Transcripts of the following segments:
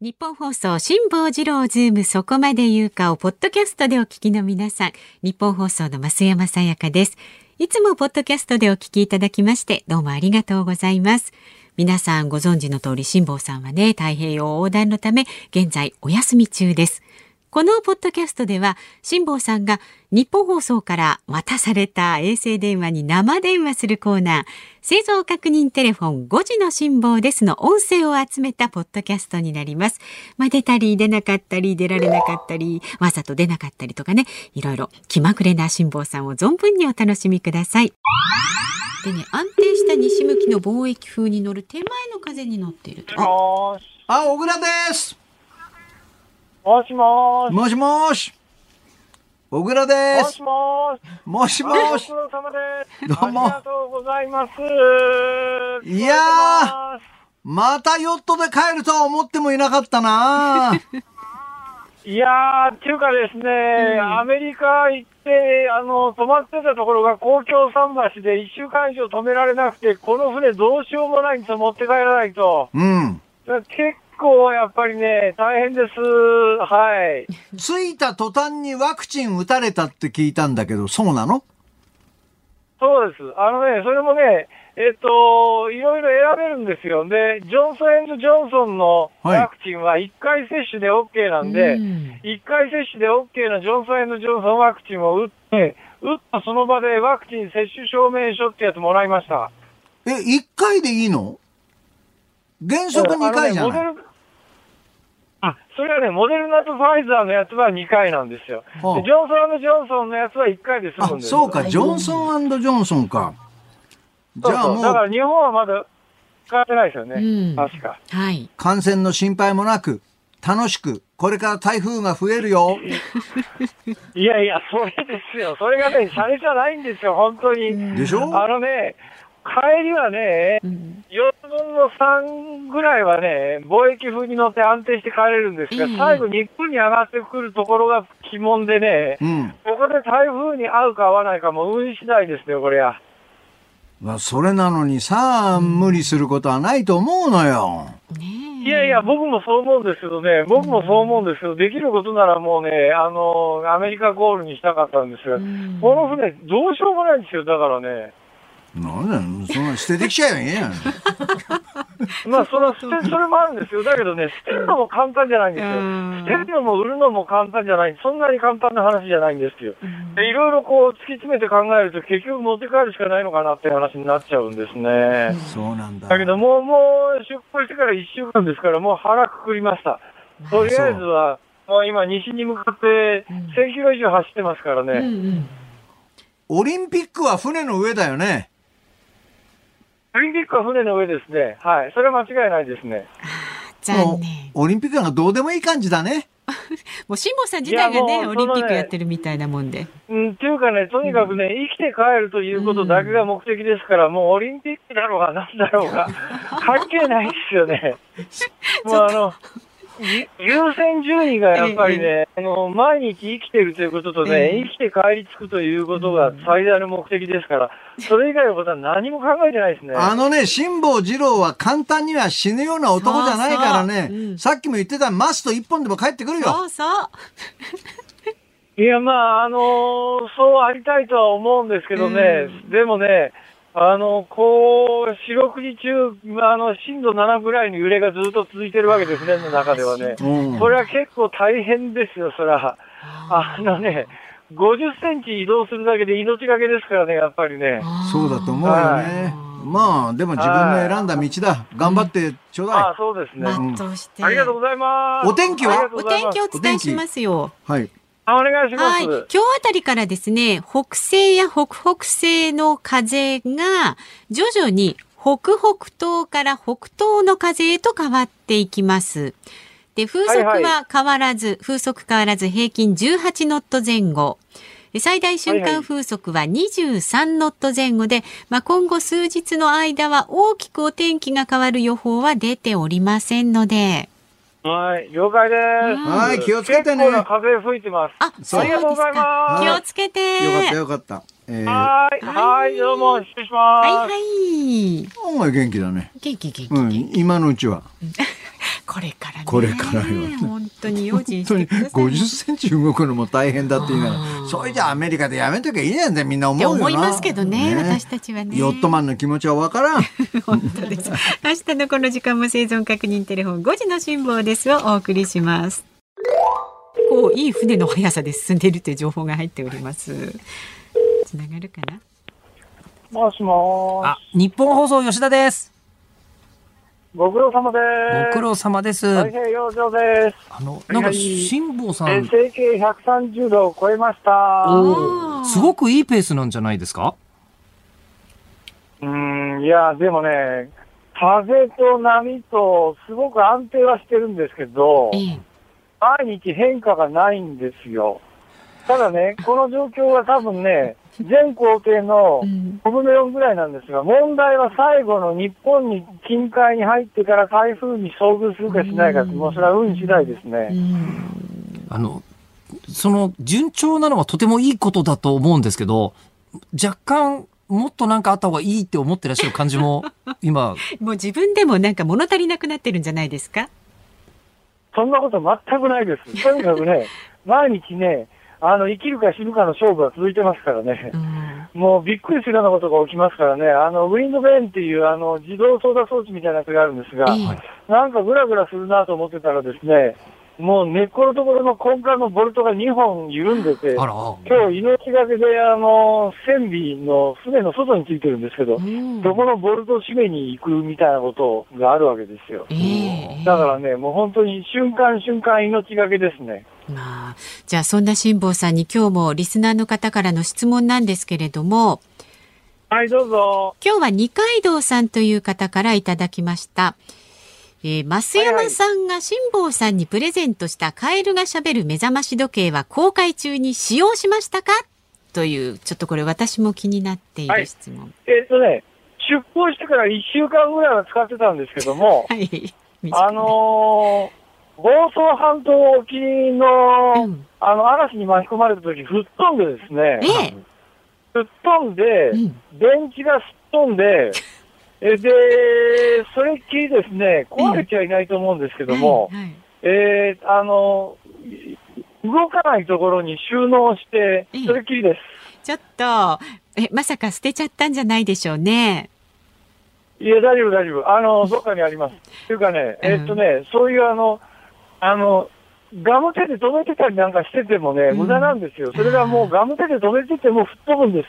日本放送、辛坊治郎ズーム、そこまで言うかを、ポッドキャストでお聞きの皆さん、日本放送の増山さやかです。いつもポッドキャストでお聞きいただきまして、どうもありがとうございます。皆さんご存知の通り、辛坊さんはね、太平洋横断のため、現在お休み中です。このポッドキャストでは、辛坊さんが日本放送から渡された衛星電話に生電話するコーナー、製造確認テレフォン5時の辛坊ですの音声を集めたポッドキャストになります。まあ、出たり出なかったり出られなかったり、わざと出なかったりとかね、いろいろ気まぐれな辛坊さんを存分にお楽しみください。でね、安定した西向きの貿易風に乗る手前の風に乗っていると。あもしあ、小倉です。もしもし。もしもし。小倉でもすし。もし。もしもあご苦し。労様です。どうもありがとうございます。いやまたヨットで帰るとは思ってもいなかった な。ー。いやー、っていうかですね、アメリカ行って、あの、泊まってたところが公共桟橋で一週間以上止められなくて、この船どうしようもないんですよ、持って帰らないと。うん。結構やっぱりね、大変です。はい。着いた途端にワクチン打たれたって聞いたんだけど、そうなのそうです。あのね、それもね、えっと、いろいろ選べるんですよ。で、ジョンソンジョンソンのはいワクチンは1回接種で OK なんで、1回接種で OK のジョンソンジョンソンワクチンを打って、打ったその場でワクチン接種証明書ってやつもらいました。え、1回でいいの原則2回じゃあないのねモデルあ、それはね、モデルナとファイザーのやつは2回なんですよ。はあでジョンソンジョンソンのやつは1回で済むんあ、ですよそうか、ジョンソンジョンソンか。じそうゃあそうもだかうら日本はまだ使ってないですよね。うん確か。はい。感染の心配もなく、楽しく、これから台風が増えるよ。いやいや、それですよ。それが ね、シャレじゃないんですよ、本当に。でしょあのね、帰りはね、うん4分の3ぐらいはね、貿易風に乗って安定して帰れるんですが、うん最後日本に上がってくるところが鬼門でね、うん。ここで台風に合うか合わないかも運次第ですよ、これは。まあ、それなのにさあ、無理することはないと思うのよ。ねえいやいや、僕もそう思うんですけどね、僕もそう思うんですけど、できることならもうね、あの、アメリカゴールにしたかったんですが、んこの船、どうしようもないんですよ、だからね。なんだよ、そんな捨ててきちゃえばいいやん。まあ、その捨て、それもあるんですよ。だけどね、捨てるのも簡単じゃないんですようん。捨てるのも売るのも簡単じゃない。そんなに簡単な話じゃないんですよ。で、いろいろこう、突き詰めて考えると、結局持って帰るしかないのかなっていう話になっちゃうんですね。そうなんだ。だけど、もう、もう、出発してから1週間ですから、もう腹くくりました。とりあえずは、もう今、西に向かって、1000キロ以上走ってますからうんね。うんオリンピックは船の上だよね。オリンピックは船の上ですね。はい。それは間違いないですね。残念。オリンピックなんかどうでもいい感じだね。もう辛坊さん自体がいね、やもオうリンピそッのクねやってるみたいなもんで。うん、っていうかね、とにかくね、生きて帰るということだけが目的ですから、もうオリンピックだろうがなんだろうが、関係ないですよね。もうあの、ゆ優先順位がやっぱりね、あの、毎日生きてるということとええね、生きて帰り着くということが最大の目的ですから、それ以外のことは何も考えてないですね。あのね、辛坊二郎は簡単には死ぬような男じゃないからね。そうそううんさっきも言ってたマスト一本でも帰ってくるそよ。うそう。いや、まあ、あのーそうありたいとは思うんですけどね、でもね、あの、こう、四六時中、あの、震度7ぐらいの揺れがずっと続いてるわけですね、の中ではね。うんこれは結構大変ですよ、そら。あのね、50センチ移動するだけで命がけですからね、やっぱりね。そうだと思うよね。まあ、でも自分の選んだ道だ。頑張ってちょうあだそうですね。全うして。ありがとうございます。お天気はありがとうおござい天ます気をお伝えしますよ。い。はい。あお願いしまはい。す。今日あたりからですね、北西や北北西の風が徐々に北北東から北東の風へと変わっていきます。で、風速はいはは変わらず、風速変わらず平均18ノット前後。で最大瞬はいは間い風速は23ノット前後で、まあ、今後数日の間は大きくお天気が変わる予報は出ておりませんので。はい、了解です。はい気をつけてね結構な風吹いてます。あ、そそうですうありがとうございか。ます気をつけて。よかったよかった。えー、はい、はい、どうも、失礼します。はいはい。お前元気だね。元気元気。うん、今のうちは。これからね。これからよ本当に用心本し当てにくださいね。 50センチ動くのも大変だって言いながあーら、それじゃアメリカでやめときゃいいやんってみんな思うってよな。思いますけどね私たちはねヨットマンの気持ちはわからん。本当です。明日のこの時間も生存確認テレフォン5時の辛抱ですをお送りします。こういい船の速さで進んでいるという情報が入っております。つながるかな。もしもーあ、日本放送吉田です。し。ご苦労様です。ご苦労様です。太平洋上です。あの、なんか、辛坊さえん、整形130度を超えました。おーすごくいいペースなんじゃないですかうーん、いや、でもね、風と波とすごく安定はしてるんですけど、ええ、毎日変化がないんですよ。ただ ね、この状況は多分ね、全行程のうん5分の4ぐらいなんですが、問題は最後の日本に近海に入ってから台風に遭遇するかしないか、うんもうそれは運次第ですうね。ん、あの、その、順調なのはとてもいいことだと思うんですけど、若干、もっとなんかあった方がいいって思ってらっしゃる感じも、今、もう自分でもなんか物足りなくなってるんじゃないですか。そんなこと全くな いです。とにかくね、毎日ね、あの、生きるか死ぬかの勝負は続いてますからねう。ん、もうびっくりするようなことが起きますからね、あの、ウィンドベーンっていうあの、自動操作装置みたいなやつがあるんですが、ええはいなんかグラグラするなと思ってたらですね、もう根っこのところの根幹のボルトが2本緩んでて、あら、今日命がけであの、船尾の船の外についてるんですけど、うんそこのボルトを締めに行くみたいなことがあるわけですよ。ええだからね、もう本当に瞬間瞬間命がけですね。まあ、じゃあそんな辛坊さんに今日もリスナーの方からの質問なんですけれども、はい、どうぞ。今日は二階堂さんという方からいただきました。えー、増山さんが辛坊さんにプレゼントしたカエルが喋る目覚まし時計は公開中に使用しましたかという、ちょっとこれ私も気になっていはるい質問。えっとね、出航してから1週間ぐらいは使ってたんですけども、はい。短いあのー、房総半島沖の、うんあの、嵐に巻き込まれた時、吹っ飛んでですね、ええ吹っ飛んで、うん電池がすっ飛 んで、えで、それっきりですね、壊れちゃいないと思うんですけども、はいはいえーあのー、動かないところに収納してええ、それっきりです。ちょっと、え、まさか捨てちゃったんじゃないでしょうね。いや、大丈夫、大丈夫。あの、どっかにあります。っていうかね、うんえっとね、そういうあの、あの、ガム手で止めてたりなんかしててもね、うん無駄なんですよ。それがもうガム手で止めてても吹っ飛ぶんです。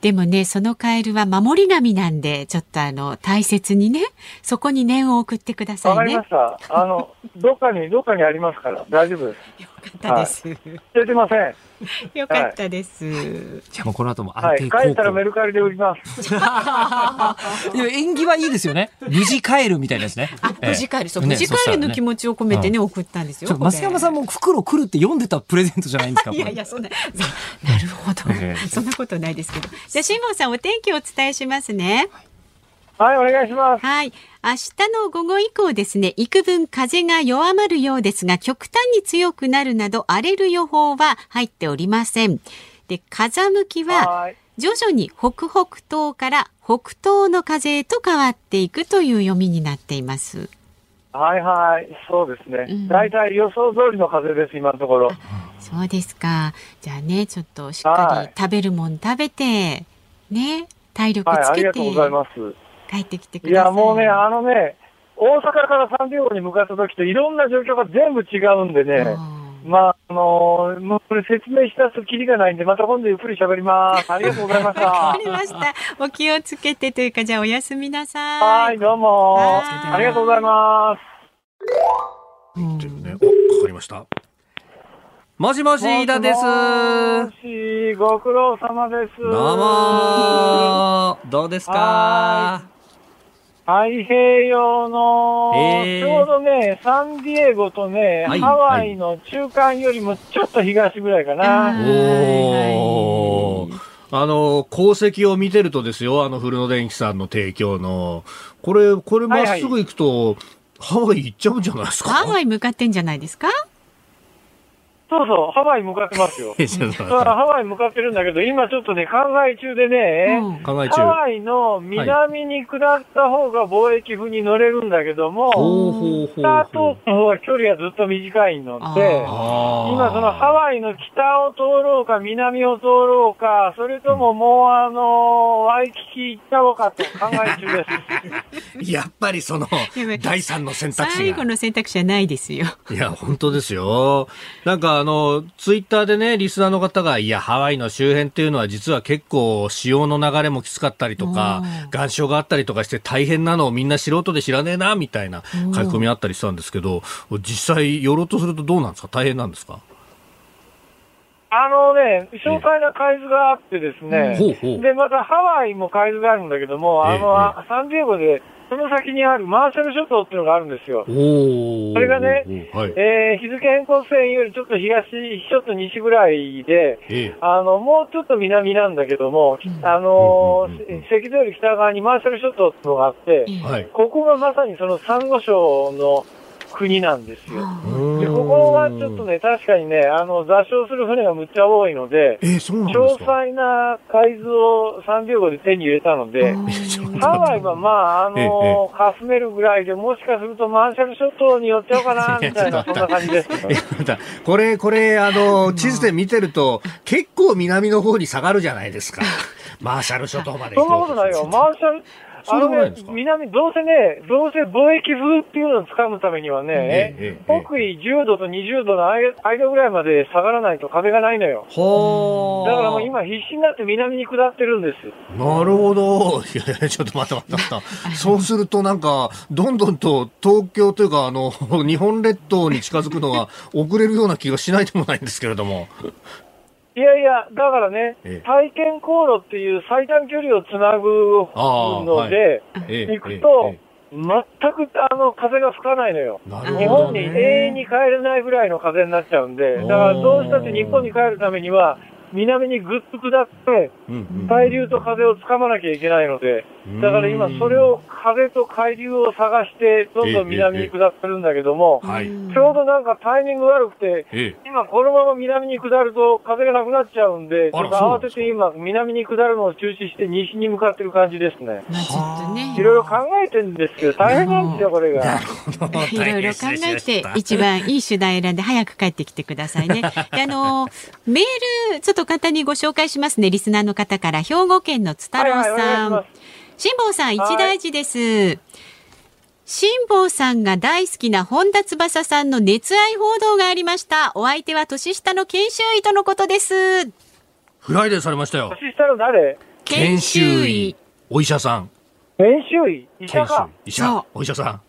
でもね、そのカエルは守り神なんで、ちょっとあの、大切にね、そこに念を送ってくださわかいりね。ました。あの、どっかに、どっかにありますから、大丈夫です。よかったです。捨ててません。よかったです。じゃあもうこの後もは安い。定帰高ったらメ校。ルカリで売ります。いや演技はいいですよね。無事帰るみたいですね。あ、ええ無事帰る。そう、ね無事帰るのそしたらね気持ちを込めてね、送ったんですよ。ちょ増山さんも。も袋来るって読んでたプレゼントじゃないんですかいこやれいや、そんな、そうなる ほどええ。そんなことないですけど。じゃあ、辛坊さん、お天気をお伝えしますね。はい、お願いします。はい。明日の午後以降ですね、幾分風が弱まるようですが、極端に強くなるなど荒れる予報は入っておりません。で、風向きははい。徐々に北北東から北東の風へと変わっていくという読みになっています。はいはい。そうですうねん。大体予想通りの風です、今のところ。そうですか。じゃあね、ちょっとしっかはりい食べるもん食べて、ね、体力はい、つありけがてとうございます。帰ってきてくいださい。や、もうね、あのね、大阪からサンディエゴに向かった時といろんな状況が全部違うんでね、うんまあ、あのーもうこれ説明したすきりがないんで、また今度ゆっくり喋ります。ありがとうございましわ か。たりました。お気をつけてというか、じゃあおやすみなさい。はい、どうもは。いありがとうございます。うんね、おわかりました。もしもし、飯田です。もしご苦労様です。どうもーどうですかは太平洋の、えちーょうどね、サンディエゴとね、はいハワイの中間よりもちょっと東ぐらいかあな。ーおーあの、功績を見てるとですよ、あの、古野電機さんの提供の。これ、これまっすぐ行くと、ハワイ行っちゃうんじゃないですかハワイ向かってんじゃないですか。そうそう、ハワイ向かってますよ。えちょっまと待ってあハワイ向かってるんだけど、今ちょっとね、考え中でうね、ん 考えハ中。ワイの南に下った方が貿易風に乗れるんだけども、ほうほうほうスターほトう。の方は距離がずっと短いので、あー今そのハワイの北を通ろうか、南を通ろうか、それとももうあの、ワイキキ行っちゃおうかって考え中です。やっぱりそのやばい、第三の選択肢最後が。の選択肢はないですよ。いや、本当ですよ。なんかあの、ツイッターでね、リスナーの方が、いや、ハワイの周辺っていうのは実は結構潮の流れもきつかったりとかおー、岩礁があったりとかして大変なのをみんな素人で知らねえな、みたいな書き込みあったりしたんですけど、実際寄ろうとするとどうなんですか大変なんですかあのね、紹介な海図があってですね、ほうほう。で、またハワイも海図があるんだけども、あの、えあサンディエゴで、その先にあるマーシャル諸島っていうのがあるんですよ。おーそれがね、はい。えー、え日付変更線よりちょっと東、ちょっと西ぐらいで、えあの、もうちょっと南なんだけども、あうのんうんうんうんー、せ赤道より北側にマーシャル諸島っていうのがあって、はい。ここがまさにそのサンゴ礁の国なんですよ。で、ここはちょっとね、ね、確かにね、あの、座礁する船がむっちゃ多いので、えー、そうなん詳ですか細な海図をサンディエゴで手に入れたので、ハワイはまあ、あええのかすめるぐらいで、もしかするとマーシャル諸島に寄っちゃおうかな、みたいな、ちそんょっとな感じです。いやまた これ、これ、あの、地図で見てると、結構南の方に下がるじゃないです か。マーシャル諸島までそ行んなここうとないよ。マーシャル、そうでもなねいんです、か南、どうせね、どうせ貿易風っていうのを掴むためにはね、ええええ北緯10度と20度の間ぐらいまで下がらないと壁がないのよ。 ほだーからもう今必死になって南に下ってるんです。なるほど。いやいや、ちょっと待って待って待って。そうするとなんか、どんどんと東京というか、あの、 日本列島に近づくのが 遅れるような気がしないでもないんですけれども。いやいや、だからねええ、体験航路っていう最短距離をつなぐあーので、え行くと、全くあの風が吹かないのよ。なるほど、ね。日本に永遠に帰れないぐらいの風になっちゃうんで、だからどうしたって日本に帰るためには、南にぐっと下って、うんうん海流と風をつかまなきゃいけないので、だから今それを、風と海流を探して、どんどん南に下ってるんだけども、はい。えちょうどなんかタイミング悪くて、え。今このまま南に下ると風がなくなっちゃうんで、ちあょっらとそうな慌んでてすかて今南に下るのを中止して西に向かってる感じですね。まあちょっとねいろいろ考えてるんですけど、大変なんですよ、これが。いろい ろ考えて、一番いい主題選んで早く帰ってきてください ね。であの、メール、ちょっと簡単にご紹介しますね。リスナーの方から、兵庫県の津太郎はいはいお願さいしまんす。辛坊さん、一大事です。辛坊さんが大好きな本田翼さんの熱愛報道がありました。お相手は年下の研修医とのことです。フライデーされましたよ。年下の誰研修医、お医者さん、編集医医者研修か。医、医そう者、お医者さん。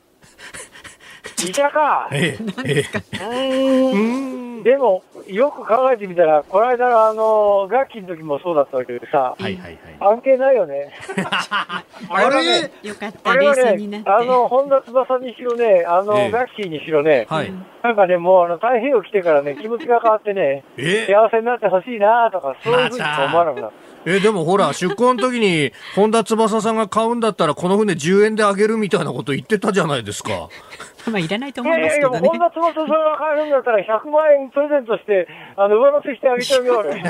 医者か。ええ、えうーんでも、よく考えてみたら、この間のあの、楽器の時もそうだったわけでさえ、、はいはいはい。関係ないよね。あはれねよかった、あれ冷は静になねっ、て。あの、本田翼にしろね、あの、ええ楽器にしろね、はい。なんかね、もうあの、太平洋来てからね、気持ちが変わってね、え幸せになってほしいなとか、そういうふうにしか思わなくなった。え、でも ほら、出航の時に、本田翼さんが買うんだったら、この船10円であげるみたいなこと言ってたじゃないですか。まあ、いらないと思いいやいまやすいけや、どもうね本。田翼それが買えるんだったら100万円プレゼントして、あの、上乗せしてあげちゃうよ、俺。え、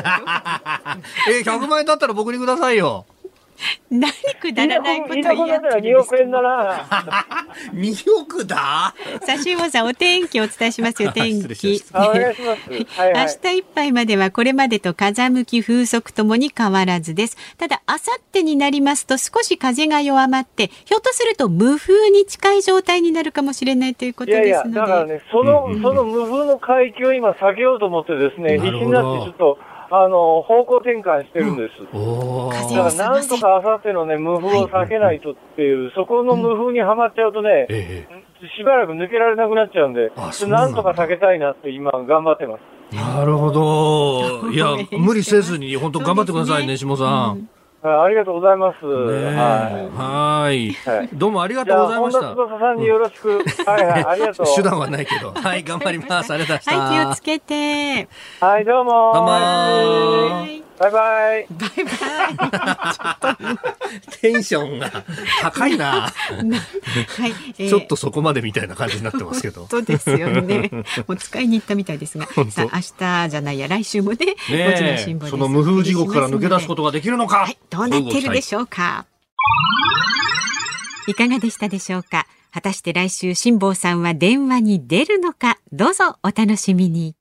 100万円だったら僕にくださいよ。 何くだら ないこと言飯い田合君だっったらてるんです2億か円だな。 2億ださあ、辛坊さん、お天気お伝えしますよ、天 失礼気し。あお願いします。はいはい。明日いっぱいまではこれまでと風向き風速ともに変わらずです。ただ、あさってになりますと少し風が弱まって、ひょっとすると無風に近い状態になるかもしれないということいやいでや、すので。だからね、その、うんうんうんその無風の海域を今避けようと思ってですね、必な死るにほどなってちょっと、あの、方向転換してるんです。お風ー邪だから、なんとかあさってのね、無風を避けないとっていう、そこの無風にはまっちゃうとね、えしばらく抜けられなくなっちゃうんであ、そうななんんだとか避けたいなって今頑張ってます。え、なるほど。いや応援し、てます無理せずに、本当頑張ってくださいね、そ下さん。ねあありがとうございます。えははい。い。はい。どうもありがじとうゃごあ、ざいま本し田た。翼さんによろし く。はいはい、ありがとう。手段はないけど。はい、頑張ります。ありがとうございましはた。い、気をつけて。はい、どうもどうもーはいバイバイ。バイバイ。テンションが高いな。はい、えーちょっとそこまでみたいな感じになってますけ ど。本当ですよね。お使いに行ったみたいですが、 本当さあ明日じゃないや来週もね、ねえこちら辛抱です。。その無風地獄から抜け出すこととができるのか、はい、どうなってるでしょうか。いかがでしたでしょうか。果たして来週辛坊さんは電話に出るのか、どうぞお楽しみに。